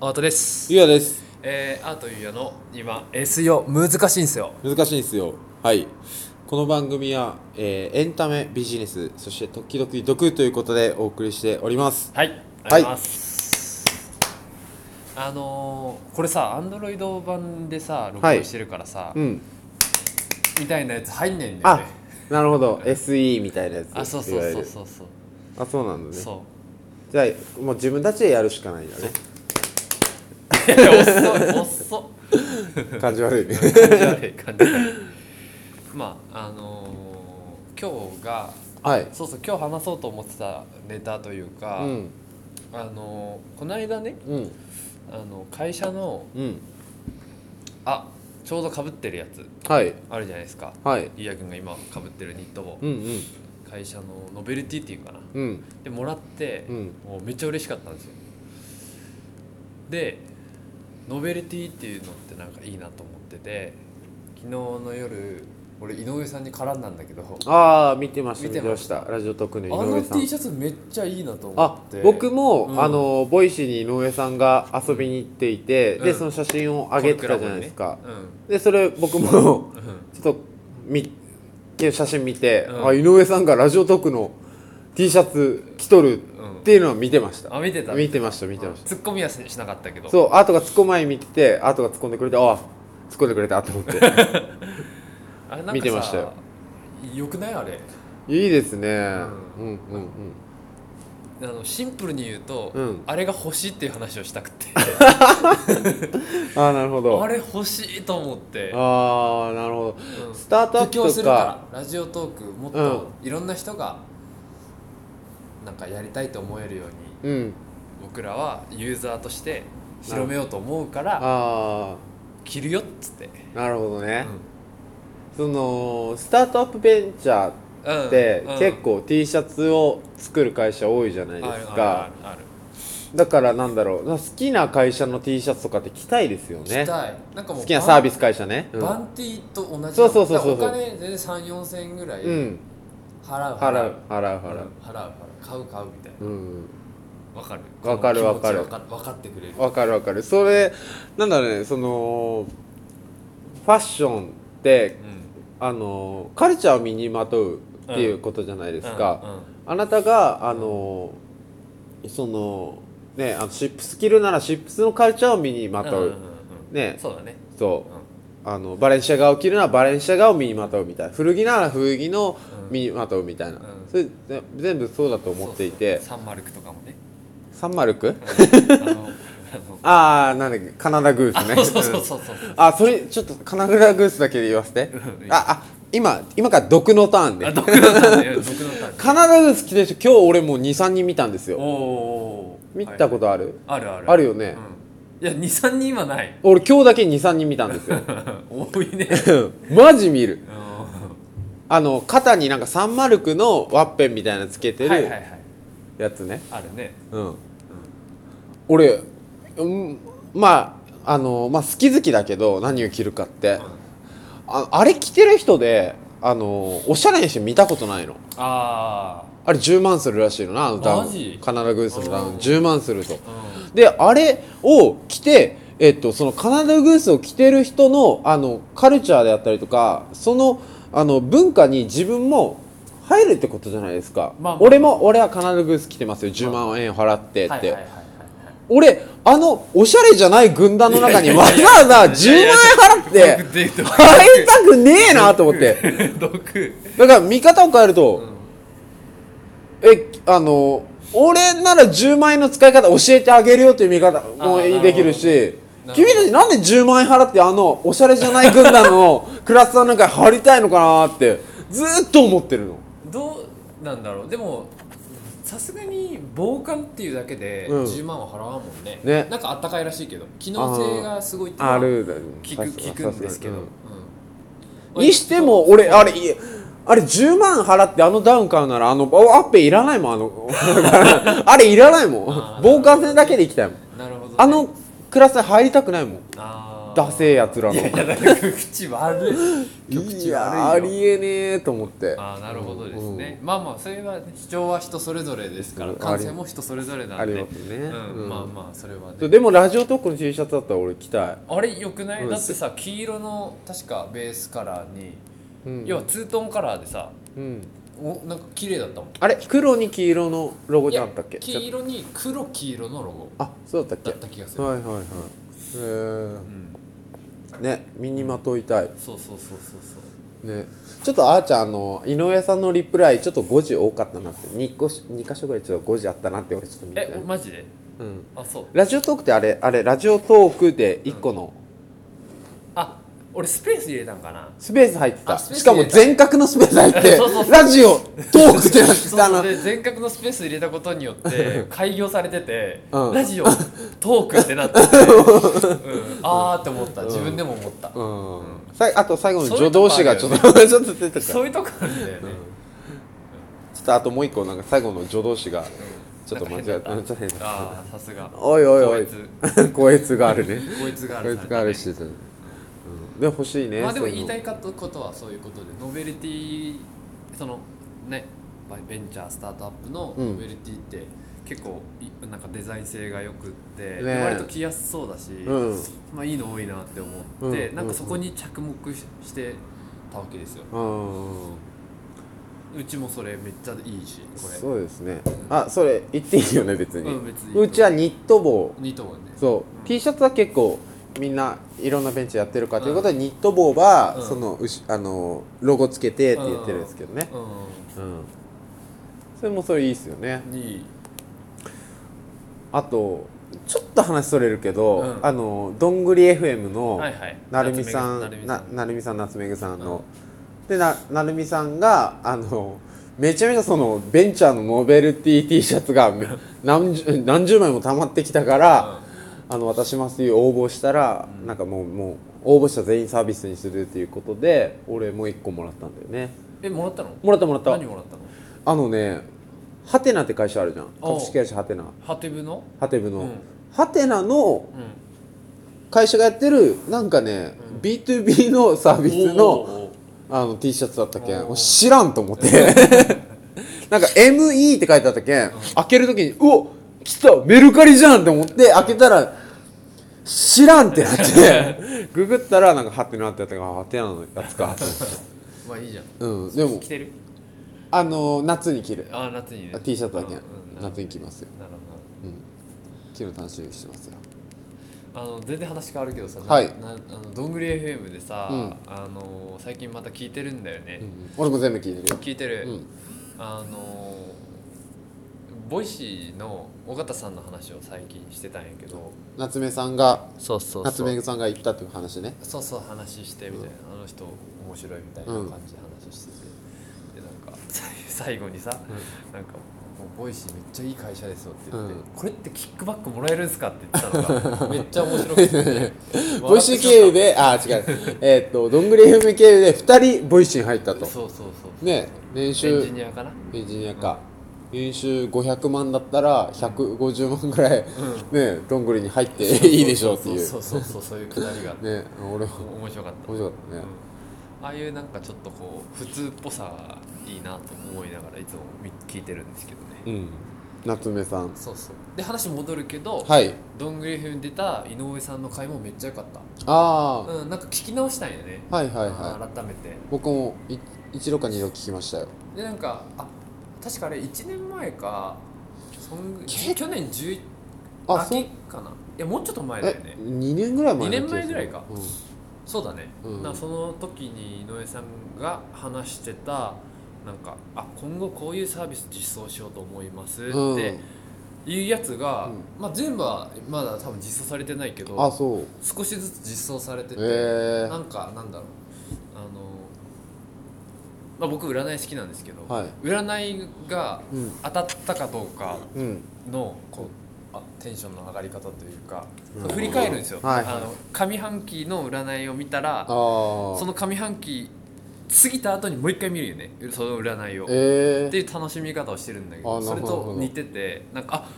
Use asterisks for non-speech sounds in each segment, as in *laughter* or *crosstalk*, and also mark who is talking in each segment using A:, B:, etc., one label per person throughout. A: アートです、
B: ゆうやです
A: えー、アートゆうやの今 SEO 難しいんすよ
B: 難しいんですよはいこの番組は、えーエンタメビジネスそして時々毒ということでお送りしております
A: はいありがとうございます、あのー、これさアンドロイド版でさ録
B: はい
A: 音してるからさ、
B: うん
A: みたいなやつ入んないんだよ
B: あ
A: ね
B: なるほど SE みたいなやつ
A: あそうそうそうそうそう
B: うあそうなんだね
A: *laughs* そ
B: じゃあもう自分たちでやるしかないんだね
A: ういや遅い遅
B: *laughs*
A: っ
B: 感じ悪いね
A: 感じ悪い感じ悪いまああのー、今日が
B: *laughs* はい
A: そうそう今日話そうと思ってたネタという
B: う
A: か、
B: ん
A: あのー、この間ね
B: うん
A: あの会社の
B: うん
A: あちょうどかぶってるやつ
B: はい
A: あるじゃないですか
B: はい
A: ゆうやくんが今かぶってるニットを
B: うんうん
A: 会社のノベルティっていうかな
B: うん
A: でもらって、
B: うん
A: もうめっちゃ嬉しかったんですよでノベルティっていうのってなんかいいなと思ってて昨日の夜俺井上さんに絡んだんだけど
B: ああ見てました
A: 見
B: 見
A: て
B: て
A: ま
B: ま
A: し
B: したたラジオ特の井
A: あの
B: 上さん
A: T シャツめっちゃいいなと思
B: あ
A: って
B: 僕も、
A: うん
B: あのボイシーに井上さんが遊びに行っていて、
A: う
B: で
A: ん
B: その写真を上げてたじゃないですか、
A: コルクラボにね
B: でそれ
A: *laughs*
B: 僕も
A: うんうん
B: ちょっと見写真見て、
A: うん
B: あ井上さんがラジオトークの T シャツ着とるっていうのは見てました、
A: あ見てた
B: 見てました見てました、
A: ツッコミはしなかったけど
B: そうアートが突っ込まに見ててアートが突っ込んでくれてあ突っ込んでくれたと思って
A: *laughs* あれなんかさ
B: 見てましたよ
A: よくないあれ
B: いいですね、
A: う
B: うんん、うんうん
A: あのシンプルに言うと、
B: うん
A: あれが欲しいっていう話をしたくて
B: ああなるほど
A: あれ欲しいと思って
B: ああなるほど
A: うん
B: スタートアッ
A: 布
B: プ
A: 教す
B: と
A: る
B: か
A: からラジオトークもっといろんな人がなんかやりたいと思えるように
B: うん
A: 僕らはユーザーとして広めようと思うから
B: ああ
A: 着るよっつって、
B: なるほど
A: う
B: ね、
A: ん
B: そのスタートアップベンチャ
A: うん
B: ーって
A: うん
B: 結構 T シャツを作る会社多いじゃない
A: あ
B: で
A: る
B: す
A: あるあ
B: か
A: るある
B: だからなんだろう好きな会社の T シャツとかって着たいですよね
A: 着たいなんかもう
B: 好きなサービ
A: ス
B: ス会社ねうん
A: バンティーと同じ
B: そうそうそうそう
A: だからお金全然3 4千円ぐらい
B: うん
A: 払う
B: 払う払う
A: 払う
B: 払う
A: 払う買う買うみたいな
B: うん
A: わかる
B: わかる
A: この気持ち
B: わかる
A: わ分かってくれる
B: わかるわかるそれなんだろうねそのファッションって
A: うん
B: あのカルチャーを身にまとうっていうことじゃないですか、
A: うんうん
B: あなたがあの、そのねあのシップス着るならシップスのカルチャーを身にまとう、
A: んんん
B: ね
A: そうだね
B: そううんあのバレンシアガを着るならバレンシアガを身にまとうみたいな古着なら古着の
A: うん
B: 身にまとうみたいな、
A: ん
B: それぜ全部そうだと思ってい
A: そ
B: て
A: うそうサンマルクとかもね
B: サンマルク
A: あのあの
B: ああなんだっけカナダグースね *laughs*
A: あそうそうそうそう
B: うんあそれちょっとカナダグースだけで言わせて
A: うん
B: ああ今今から毒のターン
A: あ
B: で
A: 毒のターンね毒のターンね
B: カナダグース着てる人今日俺もう23人見たんで
A: お
B: すよ
A: おー
B: 見た
A: はい
B: ことある、
A: あるある
B: あるよね
A: うんいや23人はない *laughs*
B: 俺今日だけ23人見たんですよ
A: 多いね
B: マジ見
A: う
B: る
A: んは
B: あの肩になんかサンマルクのワッペンみたいなのつけて
A: いはいは
B: る
A: い
B: やつね、
A: あるね
B: うん俺、うん、まああのまあ好き好きだけど何を着るかって、ああれ着てる人であのおしゃれな人見たことないの
A: あ
B: あれ10万するらしいのなあのダウ
A: マジ
B: ンカナダグースのダウ
A: うん
B: ン10万すると
A: あうん
B: であれを着て、えっと、そのカナダグースを着てる人のあのカルチャーであったりとかそのあの文化に自分も入るってことじゃないですか、
A: まあまあ
B: 俺も俺はカナダグース着てますよ10万円払ってって、
A: はいはいはいはいはい
B: 俺あのおしゃれじゃない軍団の中にわざわざ10万円払
A: *laughs*
B: っ
A: いや
B: て
A: 毒毒
B: 入りたくねえなと思って
A: *laughs* 毒
B: だから見方を変えると、
A: ん
B: えあの俺なら10万円の使い方教えてあげるよっていう見方も
A: あー
B: できるし
A: なるほど
B: 君たちなんで10万円払ってあのおしゃれじゃない軍
A: *laughs*
B: 団のクラスターなんか入りたいのかなってずーっと思ってるの
A: どうなんだろうでもさすがに防寒っていうだけで
B: うん
A: 10万は払わんもんね,、
B: ね
A: なんかあったかいらしいけど機能性がすごいっていうのは
B: あるだ
A: 聞く聞くんですけど、うん
B: うんにしても俺あれいえあれ10万払ってあのダウン買うならあのあアッペいらないもん
A: *laughs*
B: あのあれいらないも
A: あー
B: ん防寒戦だけで行きたいもん
A: なるほどね、
B: あのクラスター入りたくないもん
A: ああー
B: ダセえやつらの
A: いやいやだから *laughs* 口悪い口悪い
B: い
A: よ
B: やありえねえと思って
A: ああなるほどですね、まあまあそれはね主張は人それぞれですから
B: うん
A: 感性も人それぞれなんで
B: ありますね
A: うん
B: うん
A: まあまあそれは
B: そう
A: ね
B: でもラジオトークの T シャツだったら俺着たい、
A: あれよくない、
B: うん
A: だってさ黄色の確かベースカラーに、
B: うん
A: 要はツートンカラーでさ
B: うん、
A: おなんか綺麗だったもん
B: あれ黒に黄色のロゴ
A: い
B: じゃ
A: や
B: なかったっけ
A: 黄色に黒黄色のロゴ
B: あそうだった
A: だっ
B: っ
A: た気がす
B: け
A: る、
B: はいはいはい
A: う
B: えー
A: ん、
B: ね身にまといたい
A: そうそうそうそうそう
B: ねちょっとあーちゃんあの井上さんのリプライちょっと5時多かったなって 2, 個し二箇所ぐらいちょっと5時あったなって俺ちょっと見て
A: えマジで
B: うん
A: あそう
B: ラジオトークってあれあれラジオトークで1個の
A: あ俺スペース入れたんかな
B: スペース入ってた
A: あスペース
B: しかも全角のスペース入っ
A: *laughs*
B: て
A: そうそうそう
B: ラジオトークってなって
A: そ
B: たな
A: うで全角のスペース入れたことによって開業されてて、
B: うん
A: ラジオトークってなってて、うん、あーって思った自分でも思った、
B: うんさいあと最後の
A: そうい
B: 助
A: うとこ
B: 動詞がちょっと *laughs* ちょっと出てたちょ
A: そういうとこあるんだよね、
B: っとあともう一個なんか最後の助動詞がちょっと間違えた
A: *laughs* な
B: うん
A: ん
B: ちょ
A: か
B: っと変
A: 変
B: だ
A: だったた
B: っ
A: あーさすが
B: おいおいおい
A: こい
B: こいつが *laughs* あるね
A: *laughs* つこいつがあ
B: こ
A: る
B: いつがあるしてたねうんで欲しいね
A: まあでも
B: そうう
A: 言
B: の
A: いたいかったことはそういうことでノベルティそのねベンチャースタートアップの
B: うん
A: ノベルティって結構いなんかデザイン性がよくって、
B: ね
A: 割と着やすそうだし、
B: うん
A: まあいいの多いなって思って、
B: うん
A: なんかそこに着目ししてたわけですよ
B: うん
A: うちもそれめっちゃいいしこれ
B: そうですねあそれ言っていいよね別に、
A: うん別に
B: うちはニット帽
A: 2頭ね
B: そう、
A: うん
B: T シャツは結構みんないろんなベンチやってるからということで、ニット帽は、
A: うん
B: そのうしあのロゴつけてって言ってるんですけどね
A: う
B: うん、それもそれいいっすよね
A: んに
B: あとちょっと話それるけど、
A: うん
B: あのどんぐり FM の、
A: はいはい
B: なるみさん
A: な
B: な
A: るみさん
B: なるみさん夏目ぐさんの、でななるみさんがあのめちゃめちゃそのベンチャーのノベルティ T シャツがめ何十何十枚も溜まってきたから、あの渡しますという応募したら、
A: うん
B: なんかもうもう応募者全員サービスにするっていうことで俺もう一個もらったんだよね
A: えもらったの
B: もらったもらった
A: 何もらったの
B: あのねハテナって会社あるじゃん
A: おう
B: 株式会社ハテナ
A: ハテブの
B: ハテブの、
A: うん
B: ハテナの
A: うん
B: 会社がやってるなんかね、
A: うん
B: B2B のサービスの
A: おーおー
B: あの T シャツだったけん
A: おー
B: 知らんと思って *laughs* なんか「ME」って書いてあったけん開ける時に「うお来たメルカリじゃん!」って思って開けたら「知らん!」ってなって *laughs* ググったらなんかハテナってやったからあハテナのやつかと思って
A: まあいいじゃん
B: *laughs* うんでも
A: 着てる
B: あの夏に着る
A: ああ夏にね
B: T シャツだけん
A: うんなるほ
B: 夏に着ますよ着るの楽しみにしてますよ
A: どあの全然話変わるけどさ、な
B: はい
A: なあのどんぐり FM でさ、
B: うん
A: あの最近また聞いてるんだよね、
B: 俺も全部着いてるよ
A: 聞いてる、
B: うん
A: あのボイシーの尾形さんの話を最近してたんやけど
B: 夏目さんが
A: そうそう
B: 夏目さんが行ったっていう話ね
A: そうそう話してみたいな、あの人面白いみたいな感じで話してて、でなんか *laughs* さ最後にさ、なんかもうボイシーめっちゃいい会社ですよって言って、
B: うん
A: これってキックバックもらえるんすかって言ってた *laughs* のがめっちゃ面白く *laughs* て
B: ボイシー経由で、あ、違う。えーっと、どんぐり FM 経由で2人ボイシーに入ったと。
A: そうそうそう
B: ね、年
A: エン
B: 収
A: ジ、ニアかな
B: エンジニアか。年収500万だったら150万ぐらい、
A: *laughs*
B: ね、どんぐりに入っていいでしょうっていう。
A: そうそうそうそうそういうくだりがあって
B: ね、俺も
A: 面白かった
B: 面白かっ
A: う
B: たね。
A: んああいうなんかちょっとこう普通っぽさがいいなと思いながらいつも見聞いてるんですけどね、
B: うん。夏目さん。
A: そうそうで話戻るけど、
B: はい。
A: どんぐり FM に出た井上さんの回もめっちゃ良かった
B: ああ、
A: うん、なんか聞き直したんよね、
B: はいはいはい。
A: 改めて
B: 僕もい一度か二度聞きましたよ。
A: でなんかあ確かあれ1年前かそんぐ
B: 結
A: 去年11
B: あ、そう
A: 秋。かないやもうちょっと前だよ
B: え、
A: ね
B: 2年ぐらい前の
A: 二年
B: 気が
A: 前
B: す
A: ぐ
B: る
A: らいかそうだね、
B: うん
A: なんかその時に井上さんが話してたなんかあ今後こういうサービス実装しようと思いますっ
B: うん。
A: ていうやつが、
B: う
A: まあ、全部はまだ多分実装されてないけ
B: うん、あ、
A: ど
B: そう。
A: 少しずつ実装されてて、
B: え
A: なんかなんだろうあの、まあ、僕占い好きなんですけど、
B: ー、はい。
A: 占いが
B: うん。
A: 当たったかどうか
B: うん。
A: のこうあテンションの上がり方というか、
B: うん
A: 振り返るんですよ、
B: はい
A: あの上半期の占いを見た
B: あ
A: ら
B: あ。
A: その上半期過ぎた後にもう一回見るよねその占いを、っ
B: え
A: ていう楽しみ方をしてるんだけ
B: あ
A: ど
B: な
A: そ
B: る
A: れ
B: ほどなるほ
A: と
B: ど
A: 似ててなんかあ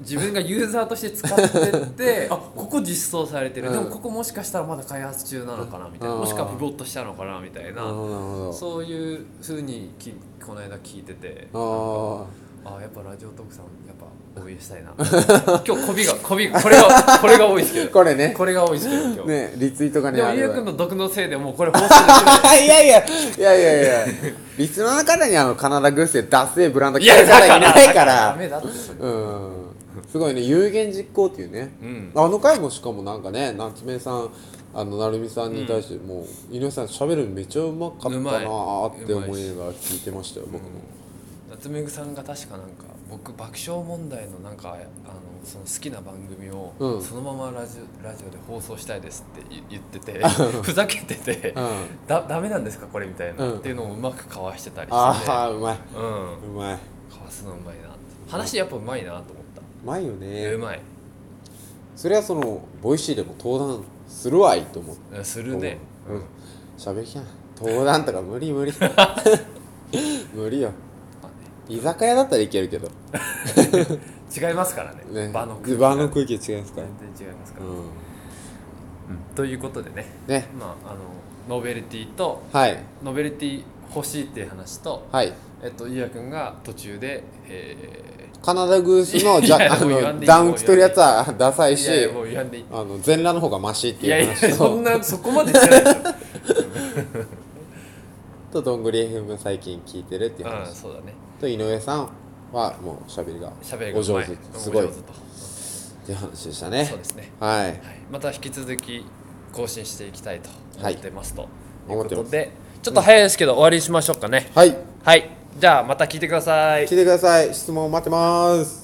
A: 自分がユーザーとして使ってって
B: *laughs*
A: あここ実装されてる、
B: うん
A: でもここもしかしたらまだ開発中なのかなみたいな、
B: うん
A: もしくはピボットしたのかなみたい
B: なる
A: な、
B: ほどなるほ
A: そういうふうにきこの間聞いてて
B: どあ
A: あやっぱラジオトークさんやっぱ応援したいな *laughs* 今日コビがコビこれがこれが多いですけ
B: あ
A: ど
B: *laughs* これね
A: これが多いですけど今日、
B: ねリツイートがね
A: でも
B: あれ
A: ゆう
B: は
A: くんの毒のせいでもうこれ放送でき
B: *laughs* いやいやいやいやいやリスナーの方にあのカナダグースでダッセーブランド
A: ない
B: 着てる方 *laughs* いないか
A: *laughs* ダ
B: ら
A: メだってそれ
B: うんすごいね有言実行っていうね
A: うん
B: あの回もしかもなんかね夏目さんあの成美さんに対してもう井上さん喋るのめちゃうまかったなーって
A: うまい
B: 思いながら聞いてましたよ僕も
A: 夏目さんが確かなんか僕爆笑問題のなんかあのその好きな番組を
B: うん
A: そのままラジオラジオで放送したいですって言言っててふざけてて
B: *laughs* うん
A: だダメなんですかこれみたいな、
B: うん
A: っていうのをうまくかわしてたりしてて
B: ああうまい
A: うん
B: うまい
A: かわすのうまいなって話やっぱうまいなと思った
B: うまいよ
A: う
B: ね
A: まい
B: それはそのボイシーでも登壇するわいと思って
A: うんするね
B: うん喋りきゃん登壇とか無理
A: *laughs*
B: 無理無理よ
A: まあ
B: 居酒屋だったらいけるけど
A: ね違いますからね
B: ね
A: 場の空気
B: 場の
A: が
B: 空気違いますから
A: 全然違いますか
B: う
A: ら、
B: ん
A: ということでね
B: ね
A: まああのノベルティと
B: はい
A: ノベルティ欲しいっていう話と
B: はい
A: えっと、ゆうやくんが途中で、え
B: カナダグースの
A: い
B: ジ
A: やいや
B: ャあ
A: もう言わん
B: の
A: でいい
B: ダウン着てるやつはダサ
A: ー、
B: い
A: い
B: し
A: やいやもうやんでいい。
B: あの全裸の方がマシっ
A: い
B: てい
A: や
B: う
A: いや、
B: 話
A: そ
B: と
A: んな、そこまでじゃないでし
B: *laughs*
A: ょ。
B: とどんぐり FM 最近聞いてるっていう
A: うん、
B: 話
A: そうだね。
B: と井上さんはもう喋りが
A: 喋りが
B: お
A: うま
B: 上
A: い
B: 手
A: お
B: すごい
A: 上
B: っ
A: 手と。
B: ていう話でしたね
A: そうですね。
B: はい
A: はい、また引き続き更新していきたいと思ってますと。い
B: 思
A: うこ
B: ってま
A: と
B: す
A: で、ちょっと早いですけど、終わりにしましょうかね。
B: はい
A: はい、じゃあ、また聞いてください
B: 聞い。てください質問待ってます